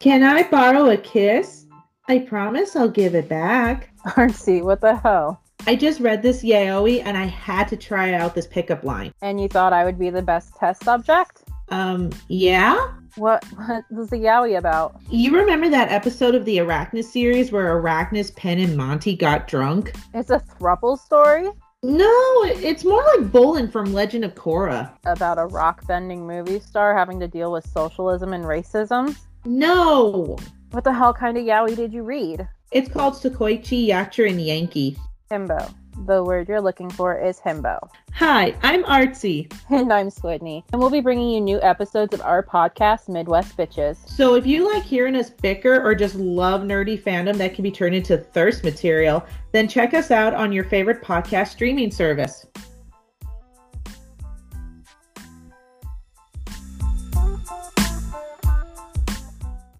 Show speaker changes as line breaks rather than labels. Can I borrow a kiss? I promise I'll give it back.
Armsy, what the hell?
I just read this yaoi and I had to try out this pickup line.
And you thought I would be the best test subject?
Um, yeah?
What what was the yaoi about?
You remember that episode of the Arachnus series where Arachnus, Pen, and Monty got drunk?
It's a thruple story
No, it- it's more like Bolin from Legend of Korra.
about a rock bending movie star having to deal with socialism and racism.
No!
What the hell kind of yaoi did you read?
It's called Sekoichi, Yachter, and Yankee.
Himbo. The word you're looking for is himbo.
Hi, I'm Artsy.
And I'm Squidney. And we'll be bringing you new episodes of our podcast, Midwest Bitches.
So if you like hearing us bicker or just love nerdy fandom that can be turned into thirst material, then check us out on your favorite podcast streaming service.